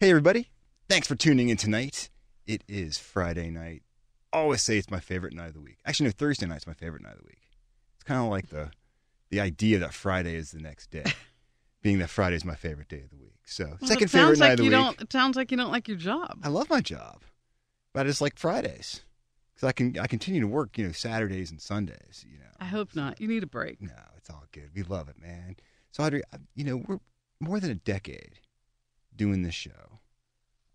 Hey, everybody. Thanks for tuning in tonight. It is Friday night. Always say it's my favorite night of the week. Actually, no, Thursday night's my favorite night of the week. It's kind of like the the idea that Friday is the next day, being that Friday is my favorite day of the week. So, Well, second it favorite sounds like night of the you week. Don't, it sounds like you don't like your job. I love my job, but I just like Fridays because I can I continue to work, you know, Saturdays and Sundays. You know, I hope not. You need a break. no, it's all good. We love it, man. So, Audrey, I- you know, we're more than a decade doing this show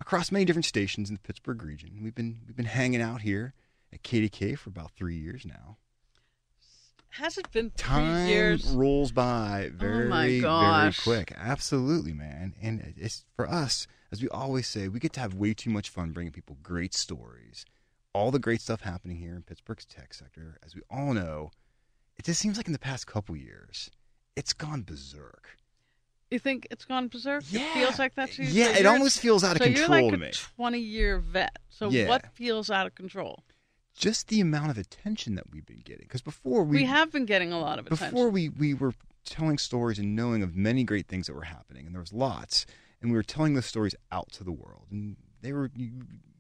across many different stations in the Pittsburgh region. We've been we've been hanging out here at KDK for about three years now. Has it been three Time years? Oh rolls by very, my very gosh. quick. Absolutely, man. And it's for us, as we always say, we get to have way too much fun bringing people great stories, all the great stuff happening here in Pittsburgh's tech sector. As we all know, it just seems like in the past couple years, it's gone berserk. You think it's gone berserk? It feels like that to you. Yeah, So it you're- almost feels out of so control you're like to a me. 20 year vet. So Yeah. what feels out of control? Just the amount of attention that we've been getting. Because before We, we, have been getting a lot of attention. before we we were telling stories and knowing of many great things that were happening and there was lots and we were telling those stories out to the world and they were you,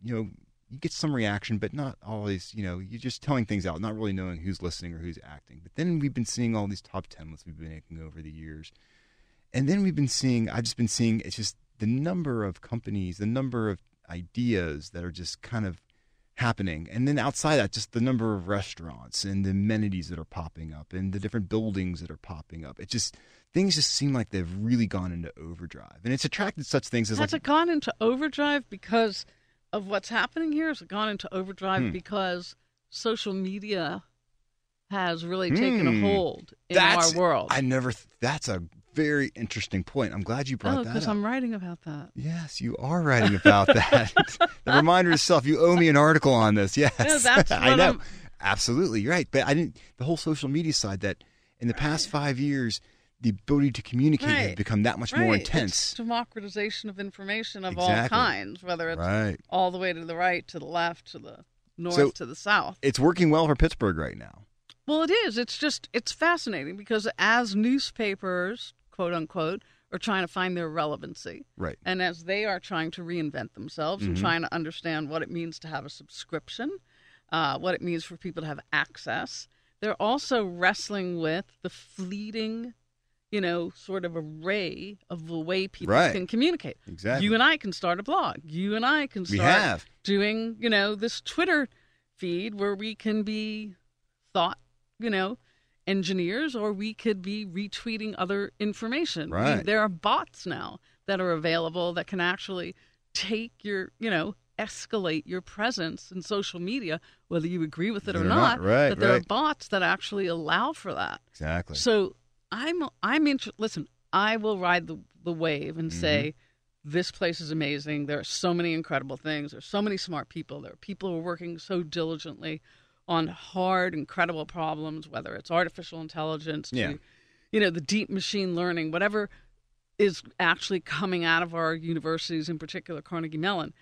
you know you get some reaction but not always you know you're just telling things out not really knowing who's listening or who's acting but then we've been seeing all these top 10 lists we've been making over the years and then we've been seeing i've just been seeing it's just the number of companies the number of ideas that are just kind of happening and then outside that just the number of restaurants and the amenities that are popping up and the different buildings that are popping up it just things just seem like they've really gone into overdrive and it's attracted such things as Has like it gone into overdrive because of what's happening here? Has it gone into overdrive Hmm. because social media has really taken Hmm. a hold in that's our world? i never th- that's a very interesting point i'm glad you brought oh, that up because I'm writing about that. yes you are writing about that the reminder to self you owe me an article on this yes No, that's i what know I'm- absolutely you're right but i didn't the whole social media side that in the past five years the ability to communicate has Right. become that much more Right. It's intense democratization of information of all Exactly. kinds, whether it's Right. all the way to the right, to the left, to the north, So- to the south. It's working well for Pittsburgh right now. Well, it is. It's just it's fascinating because as newspapers, quote unquote, are trying to find their relevancy, Right. and as they are trying to reinvent themselves and Mhm. trying to understand what it means to have a subscription, uh, what it means for people to have access, they're also wrestling with the fleeting, you know, sort of array of the way people Right. can communicate. Exactly. You and I can start a blog. You and I can we start have. doing, you know, this Twitter feed where we can be thought, you know, engineers or we could be retweeting other information. I mean, Right. there are bots now that are available that can actually take your, you know, escalate your presence in social media, whether you agree with it or, Or not, right, But there are right. bots that actually allow for that. Exactly. So I'm I'm interested. Listen, I will ride the the wave and say Mm-hmm. this place is amazing. There are so many incredible things. There's so many smart people. There are people who are working so diligently on hard, incredible problems, whether it's artificial intelligence to Yeah. you know the deep machine learning, whatever is actually coming out of our universities, in particular Carnegie Mellon.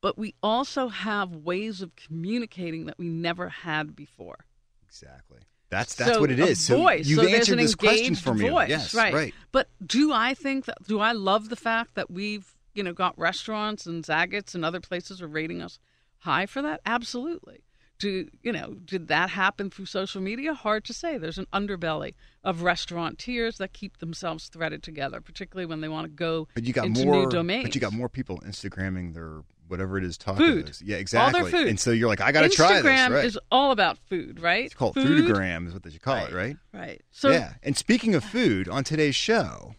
But we also have ways of communicating that we never had before. exactly. That's that's So what it a is. So voice. you've So there's answered an this question engaged for me. voice, yes. right. But do I think that do I love the fact that we've you know got restaurants and Zagat's and other places are rating us high for that? Absolutely. Do you know? Did that happen through social media? Hard to say. There's an underbelly of restaurateurs that keep themselves threaded together, particularly when they want to go But you got into more. new domains. But you got more people Instagramming their whatever it is Food. tacos. Yeah. All Exactly. their food. And so you're like, I got to Instagram try this. Right. is all about food, right? it's called food, foodgram is what they should call it, right? Right. So yeah. And speaking of food, on today's show.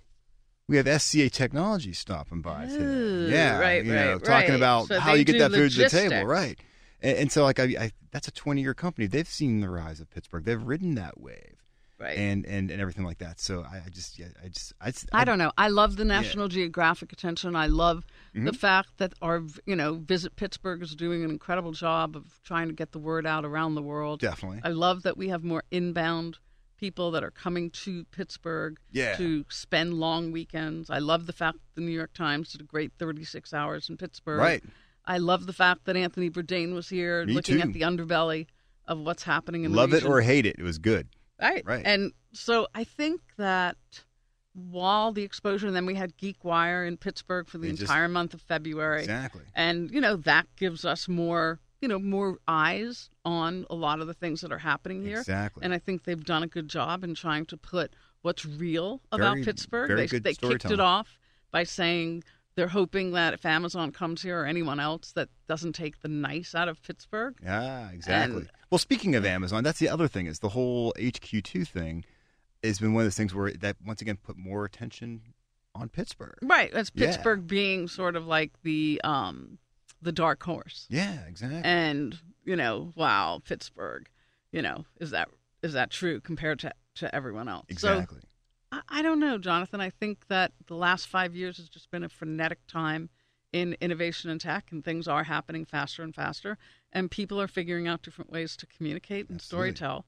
We have SCA Technology stopping by Ooh, today. Yeah, right, you know, right, talking right. about So how they you get do that food to the table, logistics. right? And, and so, like, I, I, that's a twenty-year company. They've seen the rise of Pittsburgh. They've ridden that wave. right. and and and everything like that. So I, I just yeah, I just I, just- I don't know. I love the National Geographic attention. I love the Mm-hmm. fact that our, you know, Visit Pittsburgh is doing an incredible job of trying to get the word out around the world. definitely I love that we have more inbound people that are coming to Pittsburgh Yeah. to spend long weekends. I love the fact that the New York Times did a great 36 hours in Pittsburgh. right. I love the fact that Anthony Bourdain was here Me too. looking at the underbelly of what's happening in Love the it region. or hate it, it was good. Right. Right. And so I think that while the exposure, and then we had Geek Wire in Pittsburgh for the They just- entire month of February. Exactly. And, you know, that gives us more, you know, more eyes on a lot of the things that are happening here. Exactly. And I think they've done a good job in trying to put what's real about Very- Pittsburgh. very they good they kicked storytelling. it off by saying they're hoping that if Amazon comes here or anyone else that doesn't take the nice out of Pittsburgh. Yeah, exactly. well, speaking of Amazon, that's the other thing is the whole HQ2 thing has been one of those things where that once again put more attention on Pittsburgh. Right. That's Yeah. Pittsburgh being sort of like the um the dark horse. Yeah, exactly. Mm-hmm. And, you know, wow, Pittsburgh, you know, is that is that true compared to, to everyone else? So exactly. I, I don't know, Jonathan. I think that the last five years has just been a frenetic time in innovation and tech, and things are happening faster and faster, and people are figuring out different ways to communicate and Absolutely. storytell.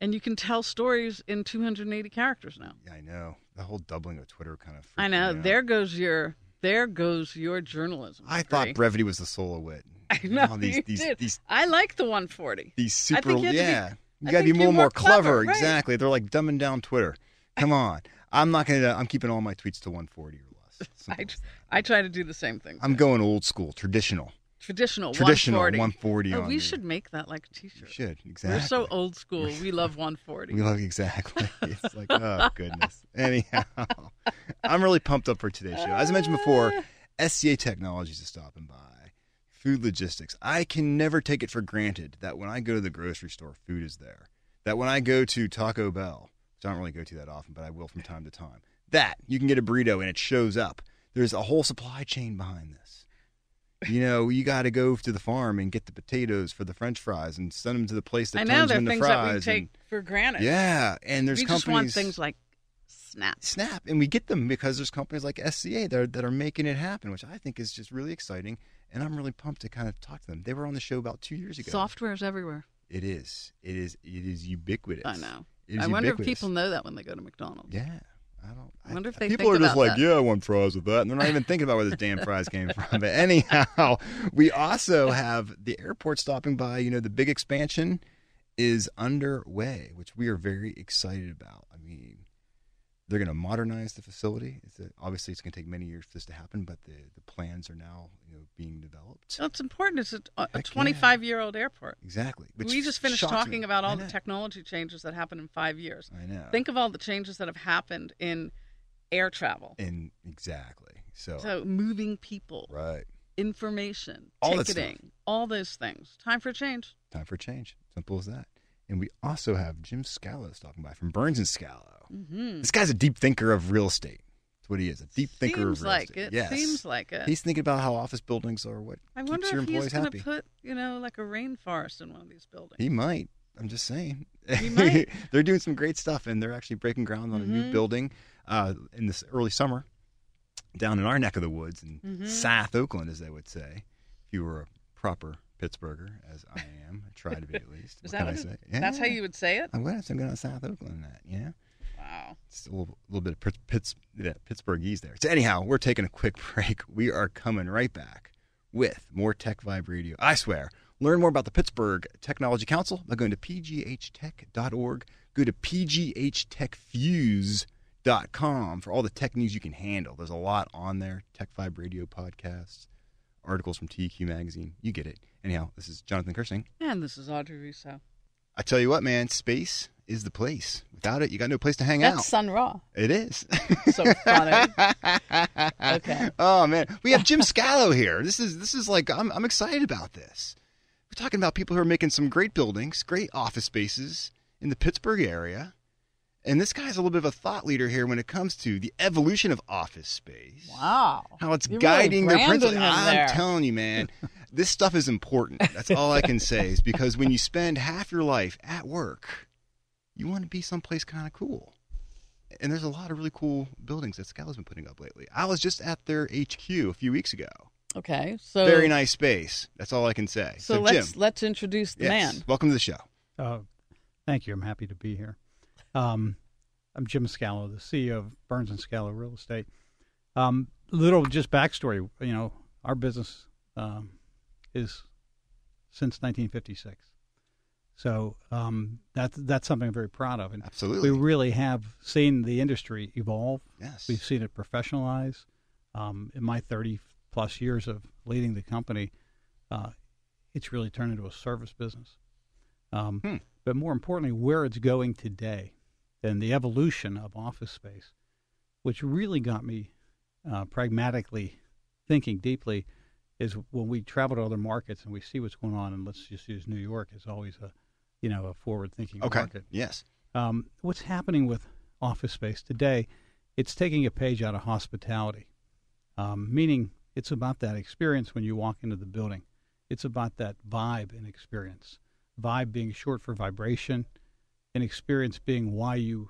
And you can tell stories in 280 characters now. yeah, I know. The whole doubling of Twitter kind of. freaked I know. me out. There goes your there goes your journalism. I degree. thought brevity was the soul of wit. I know All these you these did. these I like the 140. these I super think you have to be- yeah. I you gotta be think more you're more more clever. clever, right. Exactly. They're like dumbing down Twitter. Come on. I'm not gonna. I'm keeping all my tweets to 140 or less. I, Simple as that. I try to do the same thing. I'm going old school, traditional, traditional. traditional 140. 140. Oh, on we the- should make that like a You T-shirt. should exactly. We're so old school. We love 140. We love exactly. It's like oh goodness. Anyhow, I'm really pumped up for today's show. As I mentioned before, Ah. SCA Technologies is stopping by. Food logistics. I can never take it for granted that when I go to the grocery store, food is there. That when I go to Taco Bell, which I don't really go to that often, but I will from time to time, that you can get a burrito and it shows up. There's a whole supply chain behind this. You know, you got to go to the farm and get the potatoes for the French fries and send them to the place that I turns know them they're into things fries. that we and- take for granted. yeah, and there's we companies just want things like snaps. Snap, and we get them because there's companies like SCA that are, that are making it happen, which I think is just really exciting, and I'm really pumped to kind of talk to them. They were on the show about two years ago. Software is everywhere. It is. It is. It is ubiquitous. I know. It is I wonder if ubiquitous. people know that when they go to McDonald's. Yeah. I don't. I wonder if they people think are just about like, that. yeah, I want fries with that, and they're not even thinking about where this damn fries came from. But anyhow, we also have the airport stopping by. You know, the big expansion is underway, which we are very excited about. I mean, they're going to modernize the facility. It's a, obviously, it's going to take many years for this to happen, but the the plans are now you know being developed. So it's important. It's a, a yeah. 25 year old airport. Exactly. Which we just finished shocks talking me. about I all the know. technology changes that happened in five years. I know. Think of all the changes that have happened in air travel. and exactly. So, So moving people, right. information, All that stuff. ticketing, all those things. Time for a change. Time for change. Simple as that. And we also have Jim Scallo talking by from Burns and Scallo. Mm-hmm. This guy's a deep thinker of real estate. That's what he is. A deep thinker seems of real like estate. it. Yes. Seems like it. He's thinking about how office buildings are what I keeps wonder your if he's employees going happy. to put, you know, like a rainforest in one of these buildings. he might. I'm just saying. He might. they're doing some great stuff and they're actually breaking ground on a new Mhm. building uh, in this early summer down in our neck of the woods in Mhm. South Oakland, as they would say, if you were a proper Pittsburgher, as I am. I try to be at least. Is what can that I what say? That's how Yeah. you would say it? I'm glad I'm going to South Oakland. That yeah, Wow. it's a little, little bit of Pitts, Pitts, yeah, Pittsburghese there. So anyhow, we're taking a quick break. We are coming right back with more Tech Vibe Radio. I swear. Learn more about the Pittsburgh Technology Council by going to pghtech.org. Go to pghtechfuse.com for all the tech news you can handle. There's a lot on there. Tech Vibe Radio podcasts, articles from TQ Magazine. You get it. Anyhow, this is Jonathan Kersing. And this is Audrey Russo. I tell you what, man, space is the place. Without it, you got no place to hang That's out. Sun Ra. it is. So funny. Okay. Oh man, we have Jim Scallo here. This is this is like I'm I'm excited about this. We're talking about people who are making some great buildings, great office spaces in the Pittsburgh area. And this guy's a little bit of a thought leader here when it comes to the evolution of office space Wow. how it's You're really guiding their branding principles. them I'm there. telling you, man, this stuff is important. That's all I can say is because when you spend half your life at work, you want to be someplace kind of cool. And there's a lot of really cool buildings that Scala's been putting up lately. I was just at their HQ a few weeks ago. Okay. So Very nice space. That's all I can say. So, Jim, let's let's introduce the yes, man. welcome to the show. Oh, thank you. I'm happy to be here. Um, I'm Jim Scallo, the CEO of Burns and Scallo Real Estate. Um, little just backstory, you know, our business um, is since 1956. So um, that's that's something I'm very proud of, and Absolutely. we really have seen the industry evolve. yes. We've seen it professionalize. Um, in my 30 plus years of leading the company, uh, it's really turned into a service business. Um, Hmm. But more importantly, where it's going today and the evolution of office space, which really got me uh, pragmatically thinking deeply, is when we travel to other markets and we see what's going on, and let's just use New York as always a you know a forward thinking okay. market Yes. um, what's happening with office space today it's taking a page out of hospitality um, meaning it's about that experience when you walk into the building it's about that vibe and experience vibe being short for vibration and experience being why you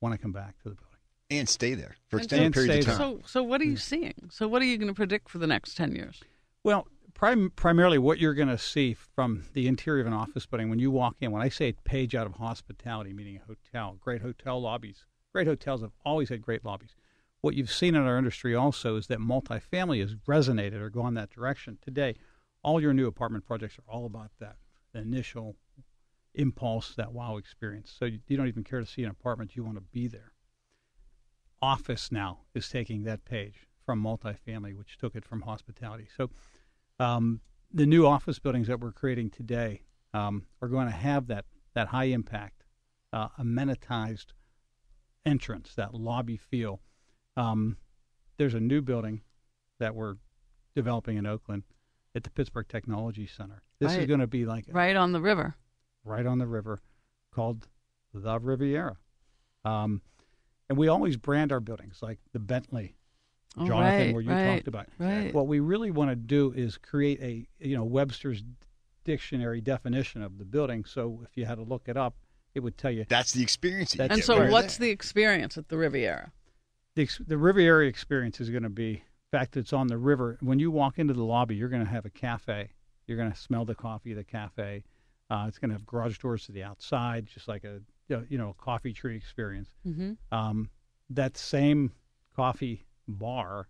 want to come back to the building And stay there for And extended and periods stay of there. time. Hmm. So, so what are you Yeah. seeing? So, what are you going to predict for the next ten years? Well, prim- primarily what you're going to see from the interior of an office building when you walk in, when I say page out of hospitality, meaning a hotel, great hotel lobbies, great hotels have always had great lobbies. What you've seen in our industry also is that multifamily has resonated or gone that direction. Today, all your new apartment projects are all about that the initial impulse, that wow experience. So you, you don't even care to see an apartment, you want to be there. Office now is taking that page from multifamily, which took it from hospitality. So um, the new office buildings that we're creating today um, are going to have that that high impact, uh, amenitized entrance, that lobby feel. Um, there's a new building that we're developing in Oakland at the Pittsburgh Technology Center. This is Right. going to be like Right on the river. right on the river called the Riviera. Um, and we always brand our buildings like the Bentley, Oh, Jonathan, right, where you right, talked about. Right. What we really want to do is create a you know Webster's dictionary definition of the building. So if you had to look it up, it would tell you That's the experience. that you That's and get it. so, when you're what's there. the experience at the Riviera? the, ex- the Riviera experience is going to be in fact it's on the river. When you walk into the lobby, you're going to have a cafe. You're going to smell the coffee of the cafe. Uh, it's going to have garage doors to the outside, just like a you know a coffee tree experience. Mm-hmm. um, that same coffee bar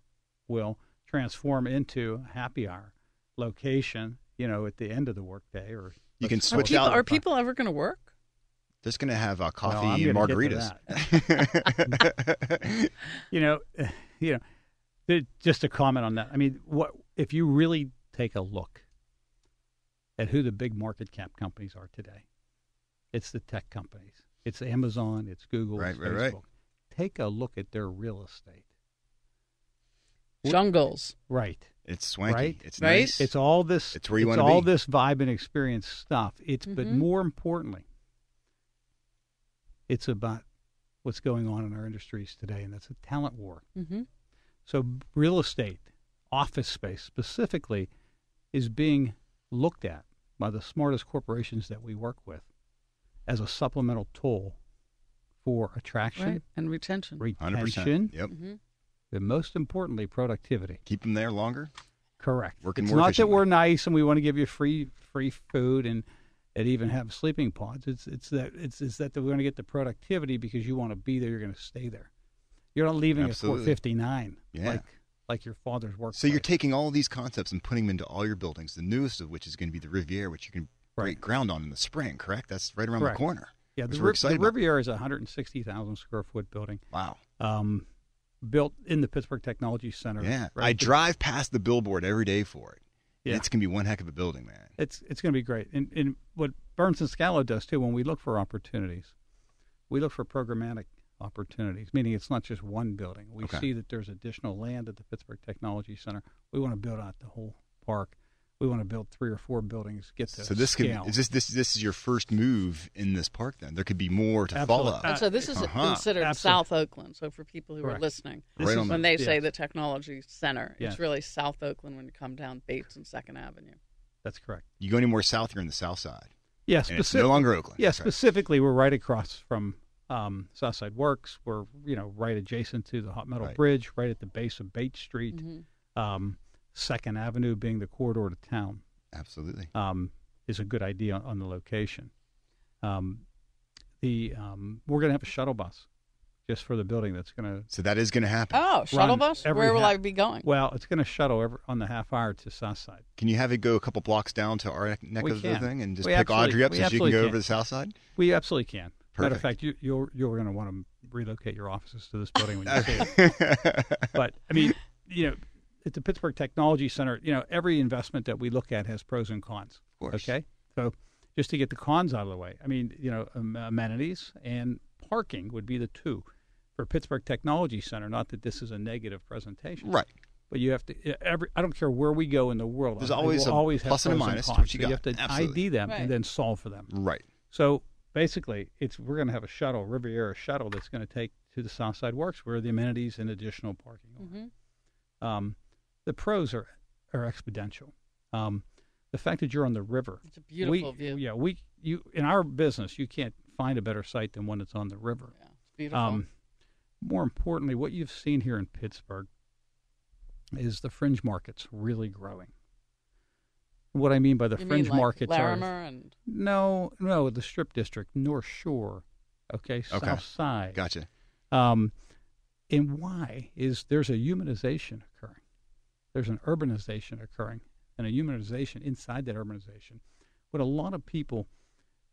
will transform into a happy hour location, you know, at the end of the workday or You can let's Are switch call it people, out are people ever going to work? Just gonna have uh, Well, I'm coffee and gonna get to margaritas. you know, you know, th- just a comment on that. I mean, what if you really take a look at who the big market cap companies are today? It's the tech companies. It's Amazon. It's Google. Right, it's right, right. Facebook. Take a look at their real estate. What- Jungles. Right. it's swanky. Right? It's Right? nice. It's all this. It's where you wanna all be. this vibe and experience stuff. It's but Mhm. more importantly, it's about what's going on in our industries today, and that's a talent war. Mm-hmm. So real estate, office space specifically, is being looked at by the smartest corporations that we work with as a supplemental tool for Right. attraction, And retention. hundred retention, percent. Yep. Mhm. and most importantly, productivity. Keep them there longer. Correct. Working it's more not that efficiently. we're nice and we want to give you free free food and and even have sleeping pods. It's it's that it's it's that we want to get the productivity because you want to be there. You're going to stay there. You're not leaving Absolutely. at four fifty nine. Yeah. Like like your father's work. So you're taking all these concepts and putting them into all your buildings. The newest of which is going to be the Riviera, which you can break Right. ground on in the spring. Correct? That's right around Correct. the corner. yeah. which The, we're Riv- excited the about. Riviera is a hundred and sixty thousand square foot building, Wow. um, built in the Pittsburgh Technology Center. Yeah. right I at the- drive past the billboard every day for it. Yeah. It's gonna be one heck of a building, man. it's it's going to be great. And and what Burns and Scala does too, when we look for opportunities, we look for programmatic opportunities, meaning it's not just one building. We Okay. see that there's additional land at the Pittsburgh Technology Center. We want to build out the whole park. We want to build three or four buildings. Get to So this could scale. is this this this is your first move in this park. Then there could be more to Absolutely. follow. Uh, and so this is uh-huh. considered Absolutely. South Oakland. So for people who are Correct. listening, This Right is- on the- when they say Yes. the technology center, Yes. it's really South Oakland when you come down Bates and Second Avenue. that's correct. You go any more south, you're in the south side. Yeah, And it's no specifically. longer Oakland. Yeah, That's right. specifically, we're right across from um, Southside Works. We're you know right adjacent to the Hot Metal Right. Bridge, right at the base of Bates Street. Mhm. um, Second Avenue being the corridor to town Absolutely. um, is a good idea on, on the location. Um, the um, we're going to have a shuttle bus just for the building that's going to So that is going to happen. Oh, shuttle Run bus? every Where will ha- I be going? Well, it's going to shuttle every, on the half hour to south side. Can you have it go a couple blocks down to our neck We of the can. thing and just We pick absolutely- Audrey up we so she can absolutely go can. over to the south side? We absolutely can. Matter Perfect. of fact, you, you're you're going to want to relocate your offices to this building when you see it. okay. But I mean, you know, at the Pittsburgh Technology Center, you know, every investment that we look at has pros and cons. Of course. Okay, so just to get the cons out of the way, I mean, you know, am- amenities and parking would be the two for Pittsburgh Technology Center. Not that this is a negative presentation, Right. But you have to e, every. I don't care where we go in the world. There's I- we always will a always have plus and a pros minus to cons. what you so got. you have to Absolutely. ID them Right. and then solve for them. Right. So basically, it's we're going to have a shuttle, Riviera shuttle, that's going to take to the South Side Works, where the amenities and additional parking. are. Mhm. Um, the pros are are exponential. Um, the fact that you're on the river, It's a beautiful we, view. Yeah, we you in our business, you can't find a better site than one that's on the river. Yeah, it's beautiful. um, more importantly, what you've seen here in Pittsburgh is the fringe markets really growing. What I mean by the You mean fringe like markets are Larimer and no, no, the Strip District, North Shore, okay, Okay. South Side. Gotcha. Um, and why is there's a humanization occurring? There's an urbanization occurring, and a humanization inside that urbanization. What a lot of people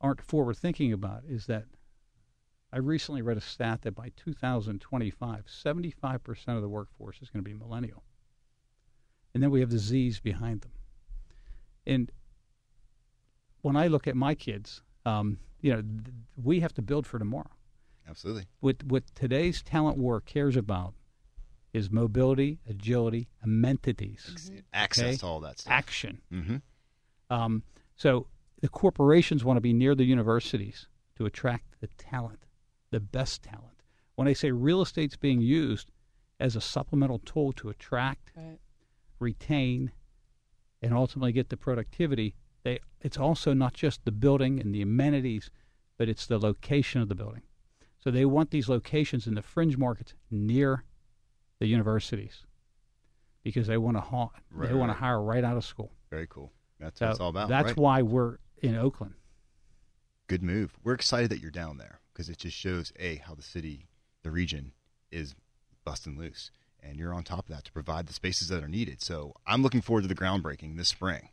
aren't forward thinking about is that I recently read a stat that by 2025, 75% of the workforce is going to be millennial. And then we have the Z's behind them. And when I look at my kids, um, you know, th- we have to build for tomorrow Absolutely. what what today's talent war cares about is mobility, agility, amenities, Access Okay. to all that stuff. action. mm-hmm. Um, so the corporations want to be near the universities to attract the talent, the best talent. When I say real estate's being used as a supplemental tool to attract, right. retain, and ultimately get the productivity, they it's also not just the building and the amenities, but it's the location of the building. So they want these locations in the fringe markets near the universities because they want to ha- Right, they want right. to hire right out of school. Very cool. That's So what it's all about. That's right? why we're in Oakland. Good move. We're excited that you're down there because it just shows a how the city, the region, is busting loose, and you're on top of that to provide the spaces that are needed. So I'm looking forward to the groundbreaking this spring.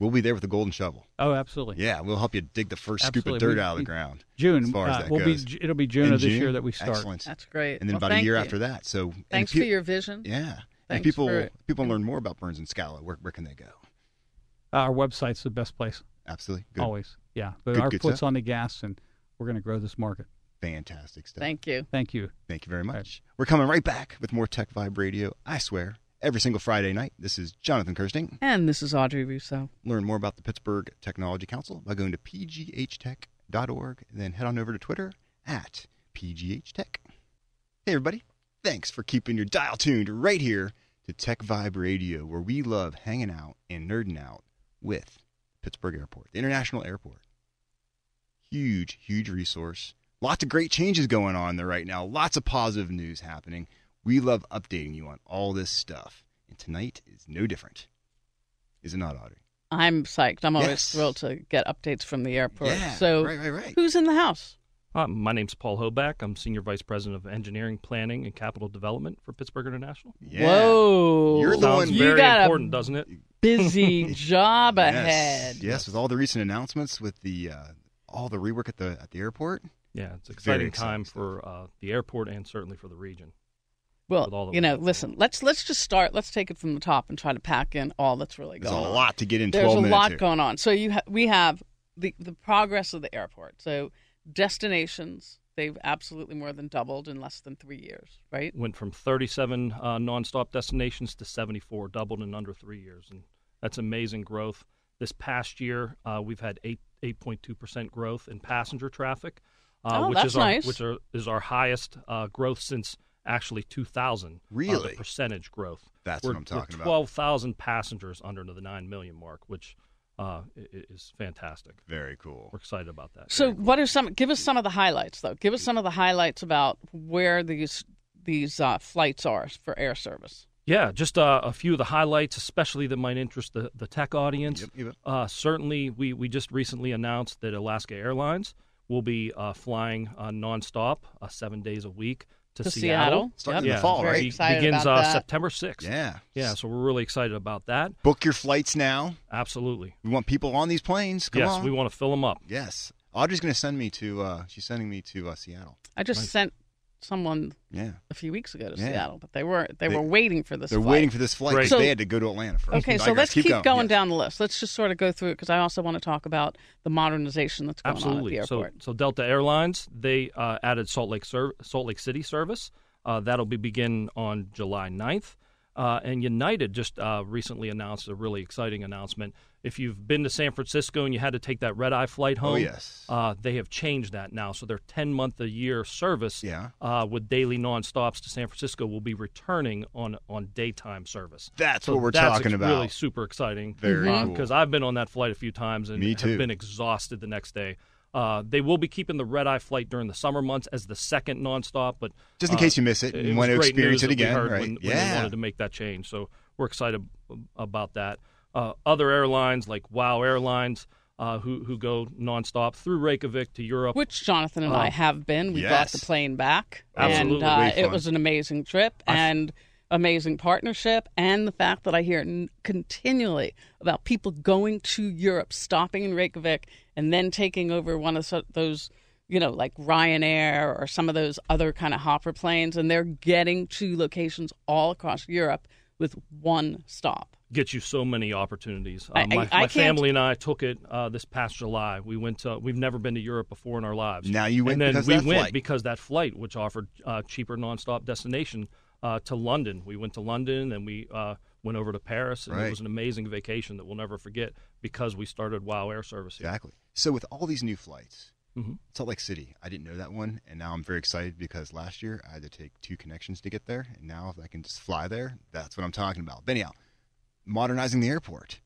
We'll be there with a golden shovel. Oh, absolutely. Yeah, we'll help you dig the first scoop of Absolutely. dirt We- out of the we- ground. June. as far as uh, that will goes. be it'll be June In of this June? year that we start. Excellent. That's great. And then Well, about a thank year you. after that. So and Thanks if for you- your vision. Yeah. and if Thanhanks people for it. people learn more about Burns and Scala. Where, where can they go? Uh, Our website's the best place Absolutely. Good. always. Yeah, but Good- our good foot's stuff. on the gas, and we're going to grow this market. Fantastic stuff. Thank you. Thank you. Thank you very much. right. We're coming right back with more Tech Vibe Radio, I swear, every single Friday night. This is Jonathan Kirsting. And this is Audrey Rousseau. Learn more about the Pittsburgh Technology Council by going to pghtech.org and then head on over to Twitter at pghtech. Hey, everybody. Thanks for keeping your dial tuned right here to Tech Vibe Radio, where we love hanging out and nerding out with Pittsburgh Airport, the international airport. Huge, huge resource. Lots of great changes going on there right now. Lots of positive news happening. We love updating you on all this stuff. And tonight is no different. Is it not, Audrey? I'm psyched. I'm always Yes. thrilled to get updates from the airport. Yeah, so, right, right, right. who's in the house? Uh, my name's Paul Hoback. I'm Senior Vice President of Engineering, Planning, and Capital Development for Pittsburgh International. Yeah. Whoa. You're the Sounds one- very you got important, a doesn't it? busy job yes. ahead. Yes, with all the recent announcements with the uh, all the rework at the at the airport. Yeah, it's an Very exciting time exciting for uh, the airport and certainly for the region. Well, With all the you know, wonderful- listen. Let's let's just start. Let's take it from the top and try to pack in all that's really There's going a on. lot to get in There's 12 a minutes. lot here. going on. So you ha- we have the the progress of the airport. So destinations they've absolutely more than doubled in less than three years, right? Went from 37 uh, nonstop destinations to 74, doubled in under three years, and that's amazing growth. This past year, uh, we've had eight 8.2 percent growth in passenger traffic, uh, Oh, which that's is our, nice. which are, is our highest uh, growth since actually 2000. uh, the Really? percentage growth. That's we're, what I'm talking about. we're 12,000 passengers under the nine million mark, which uh, i- i- is fantastic. Very cool. We're excited about that. So what are some? Give us some of the highlights, though. Give us some of the highlights about where these these uh, flights are for air service. Yeah, just uh, a few of the highlights, especially that might interest the, the tech audience. Yep, yep. Uh, certainly, we, we just recently announced that Alaska Airlines We'll be uh, flying uh, nonstop, uh, seven days a week to, To Seattle. Starting in Yeah, the fall, very right? Be- excited begins about uh, that. September 6th. Yeah. Yeah, so we're really excited about that. Book your flights now. Absolutely. We want people on these planes. Come yes, on. we want to fill them up. yes. Audrey's going to send me to, uh, she's sending me to uh, Seattle. I just Right. sent someone Yeah. a few weeks ago to Yeah. Seattle, but they were they, They- were waiting for this. They're flight. waiting for this flight 'cause Great. they had to go to Atlanta first. Okay, so Digress. let's keep, going Yes. down the list. Let's just sort of go through it because I also want to talk about the modernization that's going on Absolutely. at the so, airport. so Delta Airlines they uh, added Salt Lake ser- Salt Lake City service. Uh, that'll be begin on July 9th. Uh, and United just uh, recently announced a really exciting announcement. If you've been to San Francisco and you had to take that red eye flight home, Oh, yes. uh, they have changed that now. So their 10 month a year service Yeah. uh, with daily nonstops to San Francisco will be returning on, on daytime service. That's So what we're that's talking ex- about. Really super exciting. Very cool. Because I've been on that flight a few times and Me too. have been exhausted the next day. Uh, they will be keeping the red eye flight during the summer months as the second nonstop, but Just in uh, case you miss it, and was want to great experience news it that we again, heard right? When, when they yeah. wanted to make that change, so we're excited about that. Uh, other airlines like Wow Airlines, uh, who who go nonstop through Reykjavik to Europe. Which Jonathan and Uh, I have been. We brought yes. the plane back, Absolutely. and Way uh, it fun. was an amazing trip and amazing partnership. And the fact that I hear n- continually about people going to Europe, stopping in Reykjavik, and then taking over one of so- those. You know, like Ryanair or some of those other kind of hopper planes, and they're getting to locations all across Europe with one stop. gets you so many opportunities. I- Uh, my I- I my can't- family and I took it uh, this past July. We went. To, we've never been to Europe before in our lives. Now you went and then because of we that went flight. because that flight, which offered uh, cheaper nonstop destination uh, to London. We went to London and we uh, went over to Paris, and Right. it was an amazing vacation that we'll never forget because we started Wow Air Service here. Exactly. So with all these new flights, Mhm. Salt Lake City, I didn't know that one, and now I'm very excited because last year I had to take two connections to get there, and now if I can just fly there, that's what I'm talking about. But anyhow, modernizing the airport.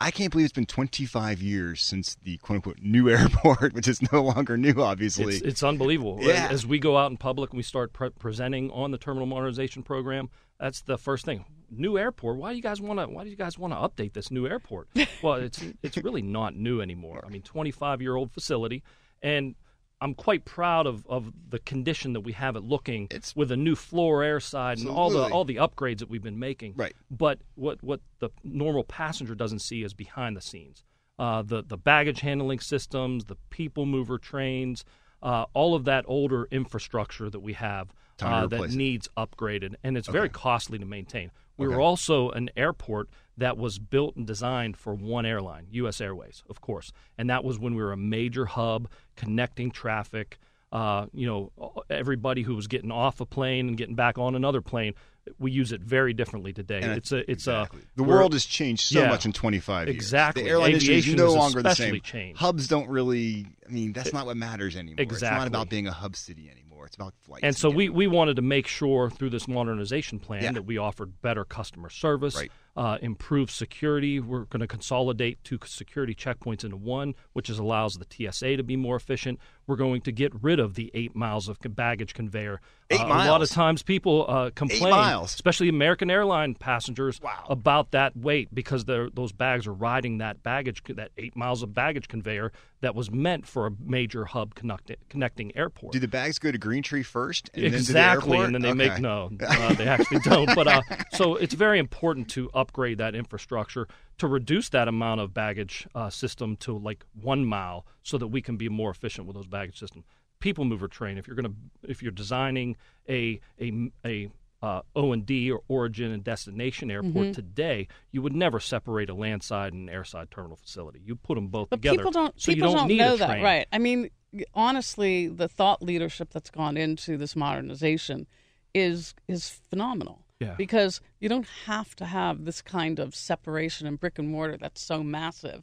I can't believe it's been 25 years since the quote unquote new airport, which is no longer new, obviously. It's, it's unbelievable. Yeah. As we go out in public and we start pre- presenting on the terminal modernization program, that's the first thing. New airport. Why do you guys want to? Why do you guys want to update this new airport? Well, it's it's really not new anymore. I mean, 25 year old facility, and I'm quite proud of, of the condition that we have it looking It's- with a new floor airside and all the Absolutely. all the upgrades that we've been making. Right. But what what the normal passenger doesn't see is behind the scenes. Uh, the the baggage handling systems, the people mover trains, uh, all of that older infrastructure that we have Time to uh, that replace it. needs upgraded, and it's very costly to maintain. We Okay. were also an airport that was built and designed for one airline, U.S. Airways, of course, and that was when we were a major hub connecting traffic. Uh, you know, everybody who was getting off a plane and getting back on another plane, we use it very differently today. And I- it's a, it's exactly. a the we're- world has changed so yeah. much in 25 years. Exactly. The airline industry is Aviation no has longer the especially same. changed. Hubs don't really. I mean, that's not what matters anymore. It's not Exactly. about being a hub city anymore. It's about flights. And so again. we, we wanted to make sure through this modernization plan Yeah. that we offered better customer service, Right. uh, improved security. We're going to consolidate two security checkpoints into one, which is allows the TSA to be more efficient. We're going to get rid of the eight miles of baggage conveyor. Eight Uh, A lot miles? of times people uh, complain, miles? especially American airline passengers, Wow. about that weight because they're- those bags are riding that baggage, that eight miles of baggage conveyor that was meant for a major hub connect, connecting airport Do the bags go to Green Tree first? And exactly, Then to and the then they airport? make no, uh, they actually don't. But uh, so it's very important to upgrade that infrastructure to reduce that amount of baggage uh, system to like one mile, so that we can be more efficient with those baggage system. People mover train. If you're gonna, if you're designing a a a uh, O and D or origin and destination airport Mm-hmm. today, you would never separate a landside and airside terminal facility. You put them both But together, people don't so you people don't, don't, need know a that, train. right? I mean, honestly, the thought leadership that's gone into this modernization is is phenomenal. Yeah. Because you don't have to have this kind of separation in brick and mortar that's so massive.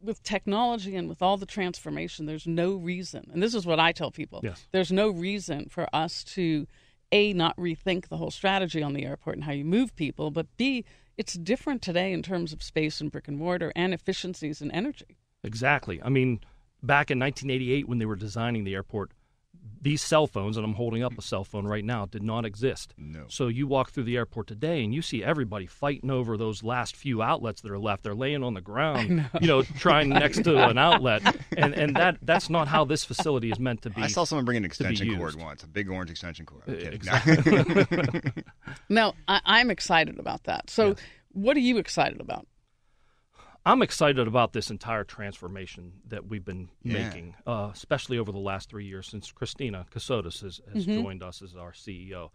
With technology and with all the transformation, there's no reason, and this is what I tell people Yes. there's no reason for us to, A, not rethink the whole strategy on the airport and how you move people, but B, it's different today in terms of space and brick and mortar and efficiencies and energy. Exactly. I mean, back in 1988, when they were designing the airport, these cell phones, and I'm holding up a cell phone right now, did not exist. No. So you walk through the airport today and you see everybody fighting over those last few outlets that are left. They're laying on the ground, you know, trying next to an outlet. And and that that's not how this facility is meant to be. I saw someone bring an extension used. cord once, a big orange extension cord. I'm Uh, kidding. No, I, I'm excited about that. So, what are you excited about? I'm excited about this entire transformation that we've been Yeah. making, uh, especially over the last three years since Christina Casotis has, has joined us as our CEO.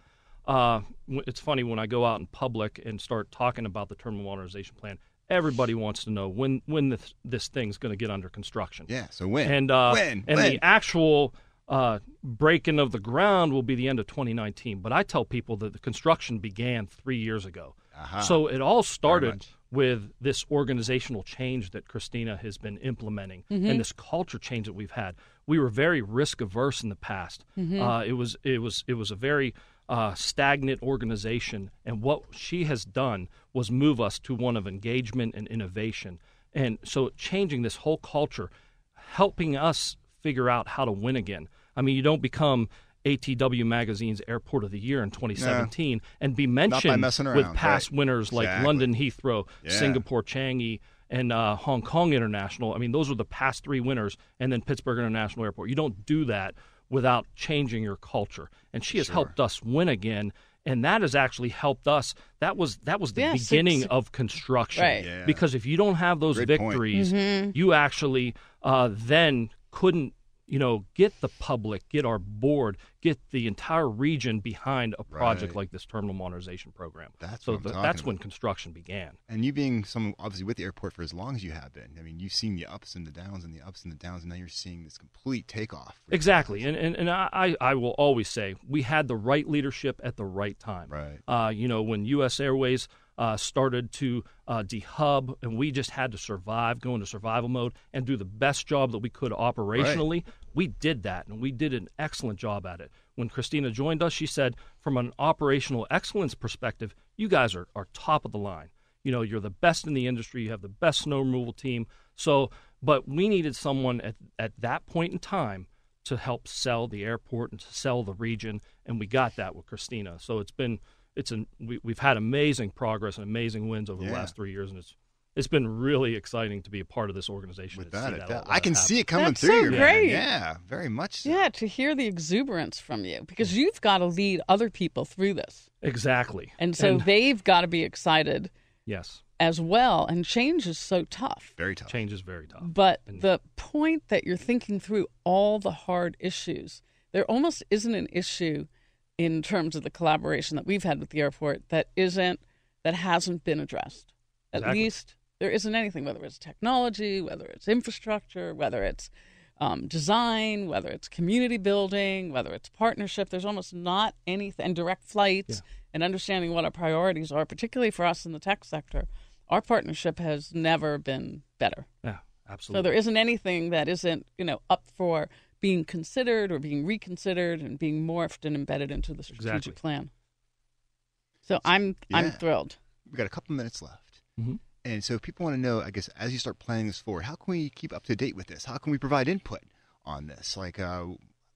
Uh, w- it's funny when I go out in public and start talking about the terminal modernization plan. Everybody wants to know when when this, this thing's going to get under construction. yeah. So when? And uh, when? and when? the actual uh, breaking of the ground will be the end of 2019. But I tell people that the construction began three years ago. Aha. So it all started much. with this organizational change that Christina has been implementing and this culture change that we've had. We were very risk averse in the past. Uh, it was it was it was a very uh, stagnant organization, and what she has done was move us to one of engagement and innovation. And so, changing this whole culture, helping us figure out how to win again. I mean, you don't become ATW Magazine's Airport of the Year in 2017 and be mentioned messing with around, past right. winners like Exactly. London Heathrow, Yeah. Singapore Changi, and uh, Hong Kong International. I mean, those were the past three winners, and then Pittsburgh International Airport. You don't do that without changing your culture. And she has helped us win again. And that has actually helped us. That was that was the Yes, it's- beginning of construction. Right. Yeah. Because if you don't have those Great point. victories, you actually uh, then couldn't, you know, get the public, get our board, get the entire region behind a project Right. like this terminal modernization program. That's so what I'm th- talking that's about. when construction began. And you being someone obviously with the airport for as long as you have been, I mean, you've seen the ups and the downs and the ups and the downs, and now you're seeing this complete takeoff. Exactly, and and, and I, I I will always say we had the right leadership at the right time. Right. Uh, you know, when U.S. Airways uh, started to uh, dehub, and we just had to survive, go into survival mode, and do the best job that we could operationally. We did that, and we did an excellent job at it. When Christina joined us, she said, from an operational excellence perspective, you guys are, are top of the line. You know, you're the best in the industry. You have the best snow removal team. So, but we needed someone at, at that point in time to help sell the airport and to sell the region, and we got that with Christina. So it's been it's an we, we've had amazing progress and amazing wins over the Yeah. last three years, and it's it's been really exciting to be a part of this organization. and Without see a that doubt. all I can happen. see it coming That's through so you. man. great. Yeah, very much so. Yeah, to hear the exuberance from you because you've got to lead other people through this. exactly, And so they've got to be excited yes, as well. And change is so tough. Very tough. change is very tough. But the point that you're thinking through all the hard issues, there almost isn't an issue in terms of the collaboration that we've had with the airport that isn't that hasn't been addressed. At Exactly. least there isn't anything, whether it's technology, whether it's infrastructure, whether it's um, design, whether it's community building, whether it's partnership. There's almost not anything, and direct flights and understanding what our priorities are, particularly for us in the tech sector. Our partnership has never been better. Yeah, So absolutely. there isn't anything that isn't, you know, up for being considered or being reconsidered and being morphed and embedded into the strategic Exactly. plan. So I'm I'm Yeah. thrilled. We've got a couple minutes left. Mhm. And so if people want to know, I guess, as you start planning this forward, how can we keep up to date with this? How can we provide input on this? Like, uh,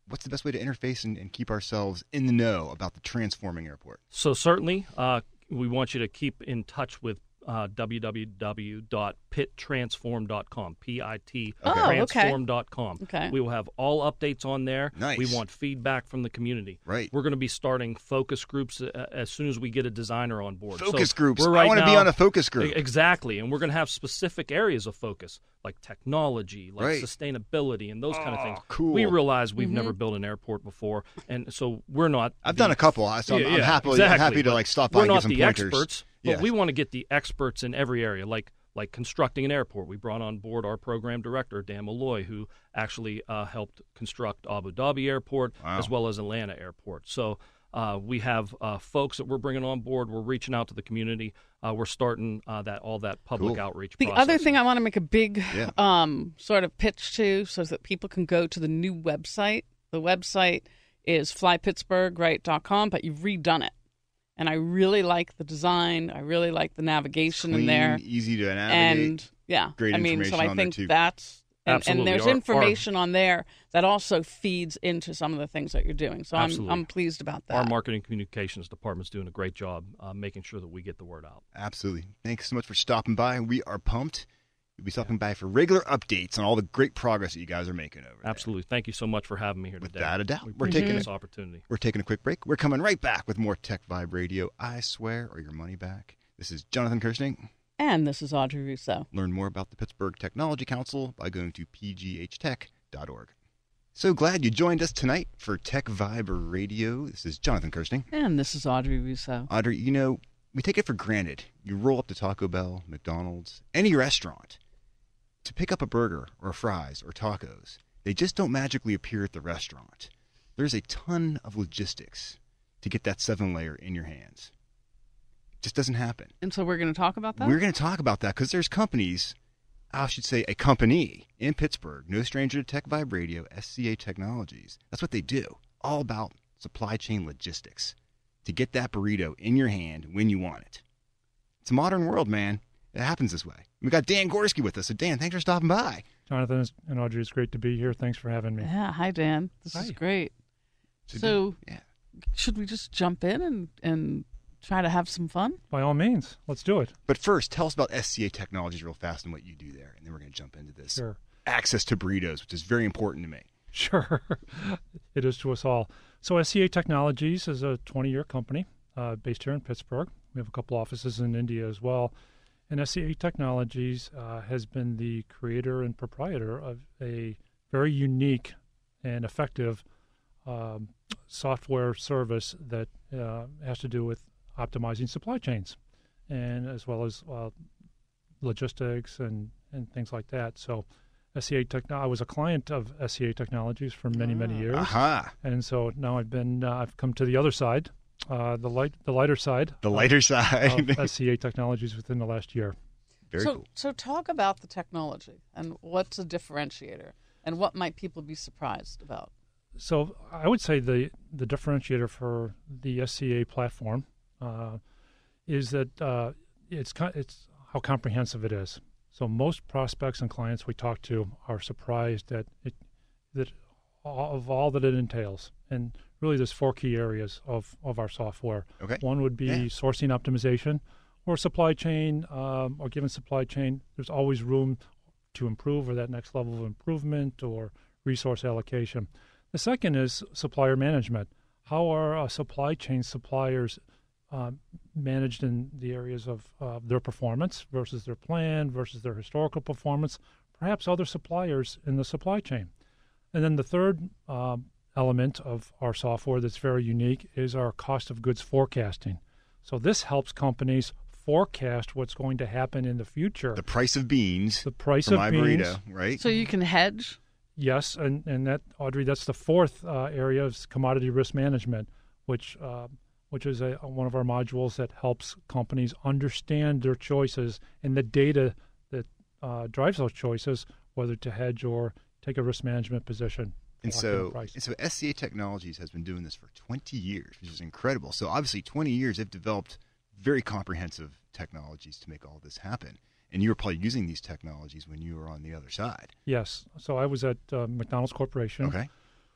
what's the best way to interface and, and keep ourselves in the know about the transforming airport? So certainly, uh, we want you to keep in touch with uh, www.pittransform.com. P-I-T Okay. Oh, okay. transform.com. Okay. We will have all updates on there. Nice. We want feedback from the community. Right. We're going to be starting focus groups uh, as soon as we get a designer on board. So Focus groups. we're right I want to be now- on a focus group. E- Exactly, and we're going to have specific areas of focus, like technology, like Right. sustainability, and those kind of Oh, things. cool. We realize Mm-hmm. we've never built an airport before, and so we're not. I've the- done a couple, I- so I'm, yeah, I'm yeah, happily exactly. I'm happy to But like stop by We're and get not some the pointers. experts, Yeah. but we want to get the experts in every area, like like constructing an airport. We brought on board our program director Dan Malloy, who actually uh, helped construct Abu Dhabi Airport Wow. as well as Atlanta Airport. So. Uh, we have uh, folks that we're bringing on board. We're reaching out to the community. Uh, we're starting uh, that all that public Cool. outreach. The process. other thing I want to make a big Yeah. um, sort of pitch to so that people can go to the new website. The website is flypittsburghright.com, but you've redone it. And I really like the design. I really like the navigation Clean, in there. easy to navigate. and yeah, Great I mean, so information I on there, think too. that's And, Absolutely. and there's Our- our- information on there that also feeds into some of the things that you're doing. So I'm, Absolutely. I'm pleased about that. Our marketing communications department's doing a great job uh, making sure that we get the word out. Absolutely. Thanks so much for stopping by. We are pumped. You'll be stopping by for regular updates on all the great progress that you guys are making over there. Absolutely. Thank you so much for having me here today. Without a doubt. We We're appreciate taking this opportunity. We're taking a quick break. We're coming right back with more Tech Vibe Radio, I swear, or your money back. This is Jonathan Kirsting. and this is Audrey Rousseau. Learn more about the Pittsburgh Technology Council by going to pghtech.org. So glad you joined us tonight for Tech Vibe Radio. This is Jonathan Kirsting. And this is Audrey Rousseau. Audrey, you know, we take it for granted. You roll up to Taco Bell, McDonald's, any restaurant to pick up a burger or fries or tacos. They just don't magically appear at the restaurant. There's a ton of logistics to get that seven layer in your hands. just doesn't happen. And so we're going to talk about that? We're going to talk about that because there's companies, I should say a company in Pittsburgh, no stranger to Tech Vibe Radio, SCA Technologies. That's what they do, all about supply chain logistics to get that burrito in your hand when you want it. It's a modern world, man. It happens this way. We got Dan Gorski with us. So, Dan, thanks for stopping by. Jonathan it's- and Audrey, it's great to be here. Thanks for having me. yeah. Hi, Dan. This is Hi. great. So, So- yeah, Should we just jump in and, and try to have some fun? By all means, let's do it. but first, tell us about SCA Technologies real fast and what you do there, and then we're going to jump into this Sure. access to burritos, which is very important to me. Sure. it is to us all. So, SCA Technologies is a 20 year company uh, based here in Pittsburgh. We have a couple offices in India as well. And SCA Technologies uh, has been the creator and proprietor of a very unique and effective um, software service that uh, has to do with optimizing supply chains and as well as uh, logistics and, and things like that. So, SCA Techno- I was a client of SCA Technologies for many, many years Aha, and so now I've been uh, I've come to the other side, uh, the light the lighter side the lighter side. of SCA Technologies within the last year. very so, cool. so talk about the technology and what's a differentiator and what might people be surprised about? So I would say the the differentiator for the SCA platform uh, is that uh, it's co- it's how comprehensive it is. So most prospects and clients we talk to are surprised that it that all- of all that it entails, and really there's four key areas of of our software. Okay. One would be Yeah. sourcing optimization, or supply chain, um, or given supply chain, there's always room to improve or that next level of improvement or resource allocation. The second is supplier management. How are uh, supply chain suppliers um, managed in the areas of uh, their performance versus their plan versus their historical performance, perhaps other suppliers in the supply chain? And then the third um, element of our software that's very unique is our cost of goods forecasting. So this helps companies forecast what's going to happen in the future. The price of beans The price for of my beans. burrito, right? So you can hedge. Yes, and and that Audrey, that's the fourth uh, area of commodity risk management, which uh, which is a, one of our modules that helps companies understand their choices and the data that uh, drives those choices, whether to hedge or take a risk management position. to And lock in the so, price. and so SCA Technologies has been doing this for 20 years, which is incredible. So obviously, 20 years they've developed very comprehensive technologies to make all this happen. And you were probably using these technologies when you were on the other side. yes, so I was at uh, McDonald's Corporation. Okay.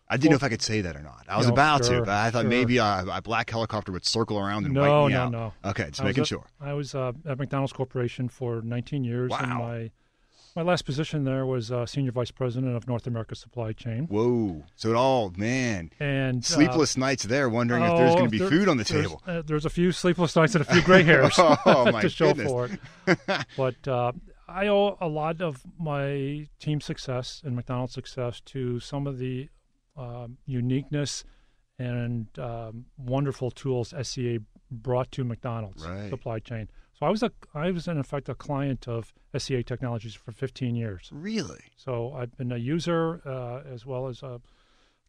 I didn't know Well- if I could say that or not. I was No, about to, sure, but I thought sure. maybe a, a black helicopter would circle around and No, wipe me no, out. no. Okay, just I was making at- sure. I was uh, at McDonald's Corporation for 19 years, and Wow. my my last position there was uh, senior vice president of North America Supply Chain. Whoa! So it all, man, And uh, sleepless nights there, wondering if there's oh, going to be there- food on the there's- table. uh, there's a few sleepless nights and a few gray hairs Oh, my to show goodness. for it. But uh, I owe a lot of my team success and McDonald's success to some of the um, uniqueness and um, wonderful tools SCA brought to McDonald's Right. supply chain. So I was a I was in effect a client of SCA Technologies for 15 years. Really? So I've been a user uh, as well as a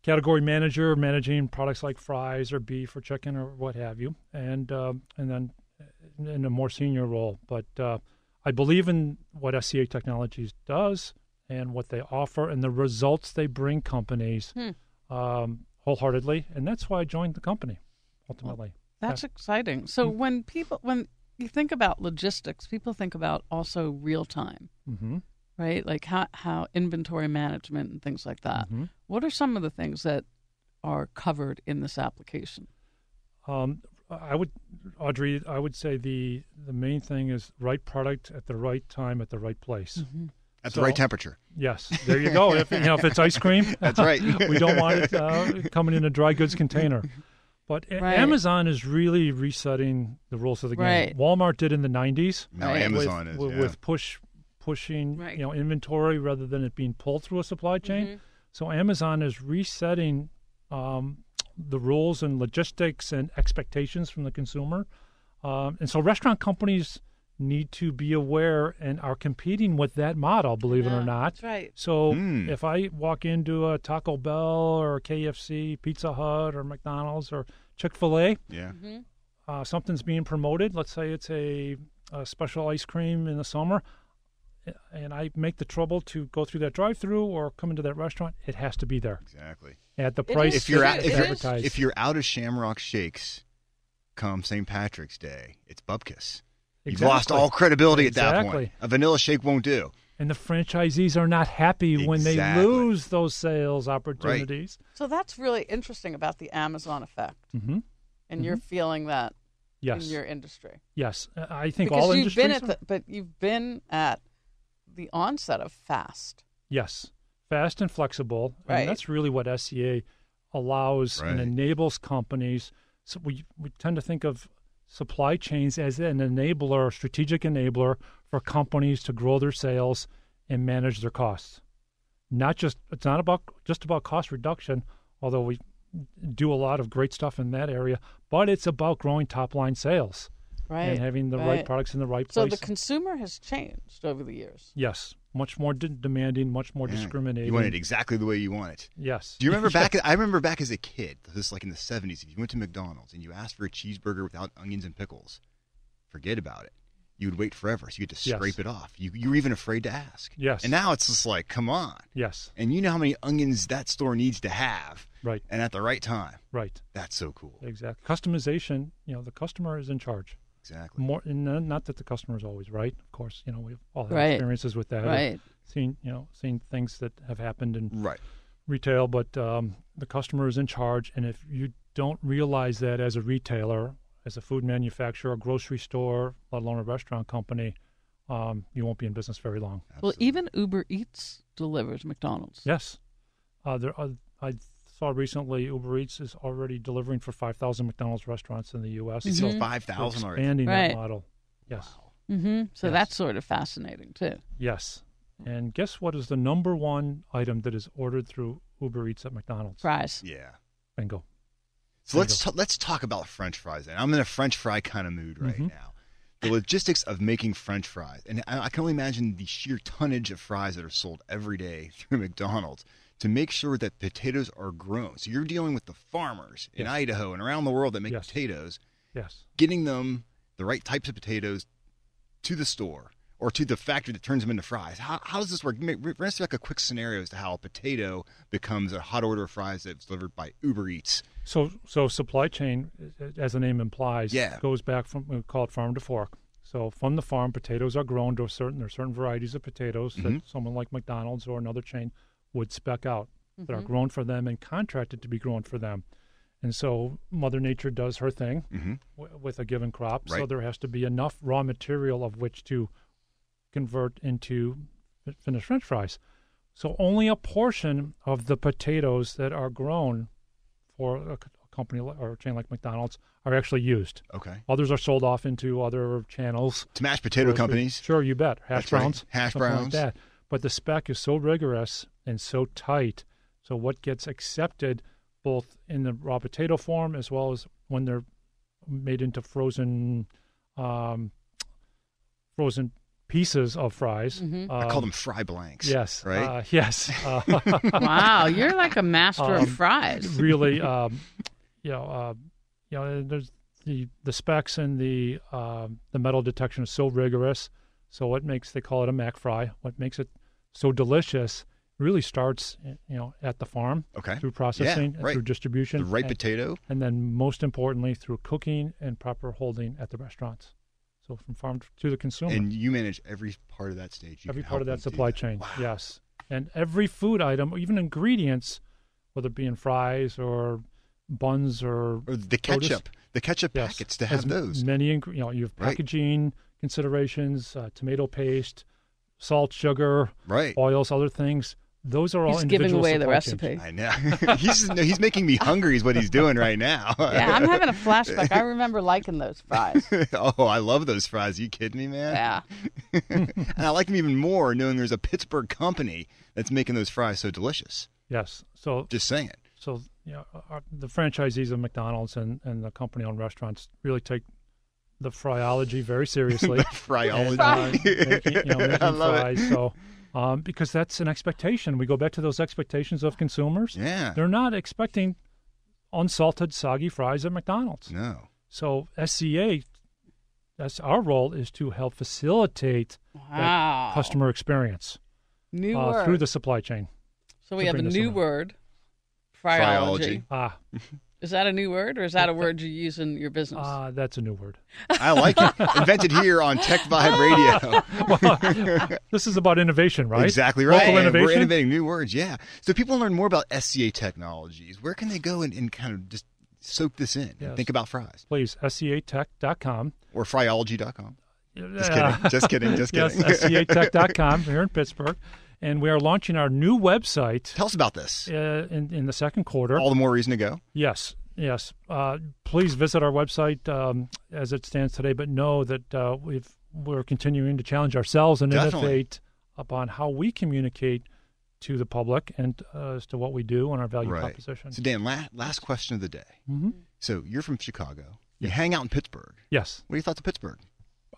category manager, managing products like fries or beef or chicken or what have you, and um, and then in a more senior role. But uh, I believe in what SCA Technologies does and what they offer and the results they bring companies um, wholeheartedly, and that's why I joined the company ultimately. That's exciting. Mm. So when people when you think about logistics, people think about also real time. hmm right? Like how, how inventory management and things like that. Mhm. What are some of the things that are covered in this application? Um, I would, Audrey, I would say the the main thing is right product at the right time at the right place. At So- the right temperature. Yes, there you go. if you know if it's ice cream, That's right. we don't want it uh, coming in a dry goods container. But A- Right. Amazon is really resetting the rules of the game. Right. Walmart did in the '90s. Now Right. with- Amazon is. with, yeah. with push pushing Right. Mm-hmm. you know inventory rather than it being pulled through a supply chain. So Amazon is resetting um, the rules and logistics and expectations from the consumer, um, and so restaurant companies need to be aware and are competing with that model, believe it or not. That's right. So Hmm. if I walk into a Taco Bell or KFC, Pizza Hut or McDonald's or Chick Fil A, yeah. uh, something's being promoted. Let's say it's a, a special ice cream in the summer, and I make the trouble to go through that drive-through or come into that restaurant. It has to be there Exactly. at the It price is- If you're it out, that's is- if it you're, advertised. if you're out of Shamrock Shakes, come St. Patrick's Day, it's Bubkus. You've lost Exactly. all credibility at that Exactly. point. A vanilla shake won't do. and the franchisees are not happy when they Exactly. lose those sales opportunities. So that's really interesting about the Amazon effect, hmm and you're feeling that Yes, in your industry. yes. Uh, I think because all you've industries. been at are- the, but you've been at the onset of fast. Yes, fast and flexible. Right. And that's really what SEA allows and Right. enables companies. So we, we tend to think of supply chains as an enabler, strategic enabler for companies to grow their sales and manage their costs. Not just it's not about just about cost reduction, although we do a lot of great stuff in that area, but it's about growing top line sales Right. and having the right. right. products in the right So place. the consumer has changed over the years. yes, much more de- demanding, much more Yeah. discriminating. You want it exactly the way you want it. Yes. Do you remember Yeah. back? I remember back as a kid. This is like in the '70s. If you went to McDonald's and you asked for a cheeseburger without onions and pickles, forget about it. You would wait forever. So you had to Yes. scrape it off. You, you were even afraid to ask. Yes. And now it's just like, come on. Yes, And you know how many onions that store needs to have, right, and at the right time. right, That's so cool. exactly. Customization, you know, the customer is in charge. Exactly. More, and not- not that the customer is always right. Of course, you know, we've all had Right. experiences with that. Right. Seen, you know, seen things that have happened in Right. retail, but um, the customer is in charge. And if you don't realize that as a retailer, as a food manufacturer, grocery store, let alone a restaurant company, um, you won't be in business very long. Well, Absolutely. even Uber Eats delivers McDonald's. Yes. Uh, there are, I saw recently Uber Eats is already delivering for 5,000 McDonald's restaurants in the U.S. They So sell Mhm. five thousand We're already. expanding Right. that model. Yes, Mm-hmm. So Yes. that's sort of fascinating too. yes. And guess what is the number one item that is ordered through Uber Eats at McDonald's? Fries. Yeah. Bingo. So let's t- let's talk about French fries. And I'm in a French fry kind of mood right Mhm. now. The logistics of making French fries, and I, I can only imagine the sheer tonnage of fries that are sold every day through McDonald's to make sure that potatoes are grown. So you're dealing with the farmers in Yes. Idaho and around the world that make Yes. potatoes, Yes, getting them the right types of potatoes to the store or to the factory that turns them into fries. How, how does this work? Make, run us through like a quick scenario as to how a potato becomes a hot order of fries that's delivered by Uber Eats. So, so supply chain, uh, as the name implies, Yeah. goes back from we call it farm to fork. So, from the farm, potatoes are grown to a certain. There are certain varieties of potatoes that someone like McDonald's or another chain would spec out that are grown for them and contracted to be grown for them. And so, Mother Nature does her thing Mhm. w- with a given crop. So, Right. there has to be enough raw material of which to convert into fi- finished French fries. So, only a portion of the potatoes that are grown for a, c- a company li- or a chain like McDonald's are actually used. Okay. Others are sold off into other channels. To mashed potato Grocery- companies. Sure, you bet. Hash That's right. browns. Hash something browns. Like that. But the spec is so rigorous and so tight. So what gets accepted both in the raw potato form as well as when they're made into frozen um, frozen pieces of fries. I call Um, them fry blanks. Yes. Right? Uh, yes. Uh, wow, you're like a master of Um, fries. really um, you know uh, you know there's the the specs and the um, the metal detection is so rigorous so what makes they call it a mac fry what makes it so delicious really starts you know at the farm Okay. through Yeah, processing and right. through distribution The ripe and, potato. and then most importantly through cooking and proper holding at the restaurants So from farm to the consumer. And you manage every part of that stage. You every can part of help that them do supply that. chain. Wow. Yes, and every food item, even ingredients, whether it be in fries or buns or Or the produce. ketchup, the ketchup yes, packets to has have those. many. ing- You know, you have Right. packaging considerations, uh, tomato paste, salt, sugar, Right. oils, other things. Those are all He's giving individual away the supply chains. I recipe. know. he's no, he's making me hungry. Is what he's doing right now. Yeah, I'm having a flashback. I remember liking those fries. oh, I love those fries. you kidding me, man? Yeah. and I like them even more knowing there's a Pittsburgh company that's making those fries so delicious. Yes. So Just saying it. So you know, our, the franchisees of McDonald's and, and the company-owned restaurants really take the fryology very seriously. And, uh, Fryology. making, you know, making I love fries. it. So, um, because that's an expectation. We go back to those expectations of consumers. Yeah. They're not expecting unsalted, soggy fries at McDonald's. No. So SCA, that's our role is to help facilitate that Wow. customer experience Ah. new uh, word. through the supply chain. so we to have a bring this new around. word. Friology. Friology. Ah, Is that a new word, or is that a word you use in your business? ah, that's a new word. I like it. Invented here on Tech Vibe Radio. This is about innovation, right? Exactly Local right. And We're innovation? innovating new words. Yeah. So people learn more about SCA technologies. Where can they go and, and kind of just soak this in and Yes. think about fries please scatech.com. or fryology.com? Just kidding, just kidding, just kidding. yes, scatech.com here in Pittsburgh, and we are launching our new website Tell us about this. uh, in in the second quarter. All the more reason to go. Yes, yes. Uh, please visit our website um, as it stands today, but know that uh, we've, we're continuing to challenge ourselves and Definitely. innovate upon how we communicate to the public and uh, as to what we do and our value right. proposition. So, Dan, last, last question of the day. Mhm. So, you're from Chicago. You hang out in Pittsburgh. Yes. What are your thoughts of Pittsburgh?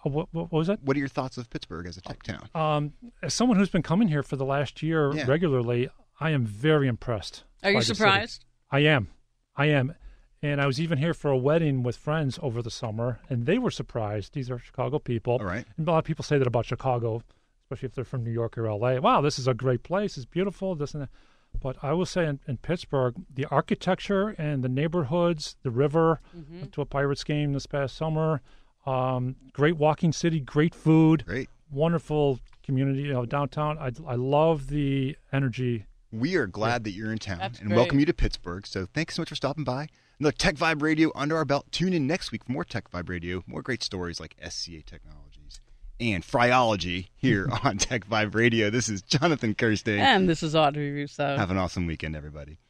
Uh, what, what was that? What are your thoughts of Pittsburgh as a tech town? Um, as someone who's been coming here for the last year Yeah. regularly, I am very impressed. Are by you the city. surprised? I am. I am. And I was even here for a wedding with friends over the summer, and they were surprised. These are Chicago people. All right. And a lot of people say that about Chicago, especially if they're from New York or LA. Wow, this is a great place. It's beautiful, this and that. But I will say in, in Pittsburgh, the architecture and the neighborhoods, the river, went to a Pirates game this past summer, um, great walking city, great food Great. wonderful community you know, downtown. I, I love the energy. We are glad that you're in town That's and great. welcome you to Pittsburgh. So thanks so much for stopping by. Another Tech Vibe Radio under our belt. Tune in next week for more Tech Vibe Radio, more great stories like SCA Technologies and Fryology here on Tech Vibe Radio. This is Jonathan Kirsting. And this is Audrey Rousseau. Have an awesome weekend, everybody.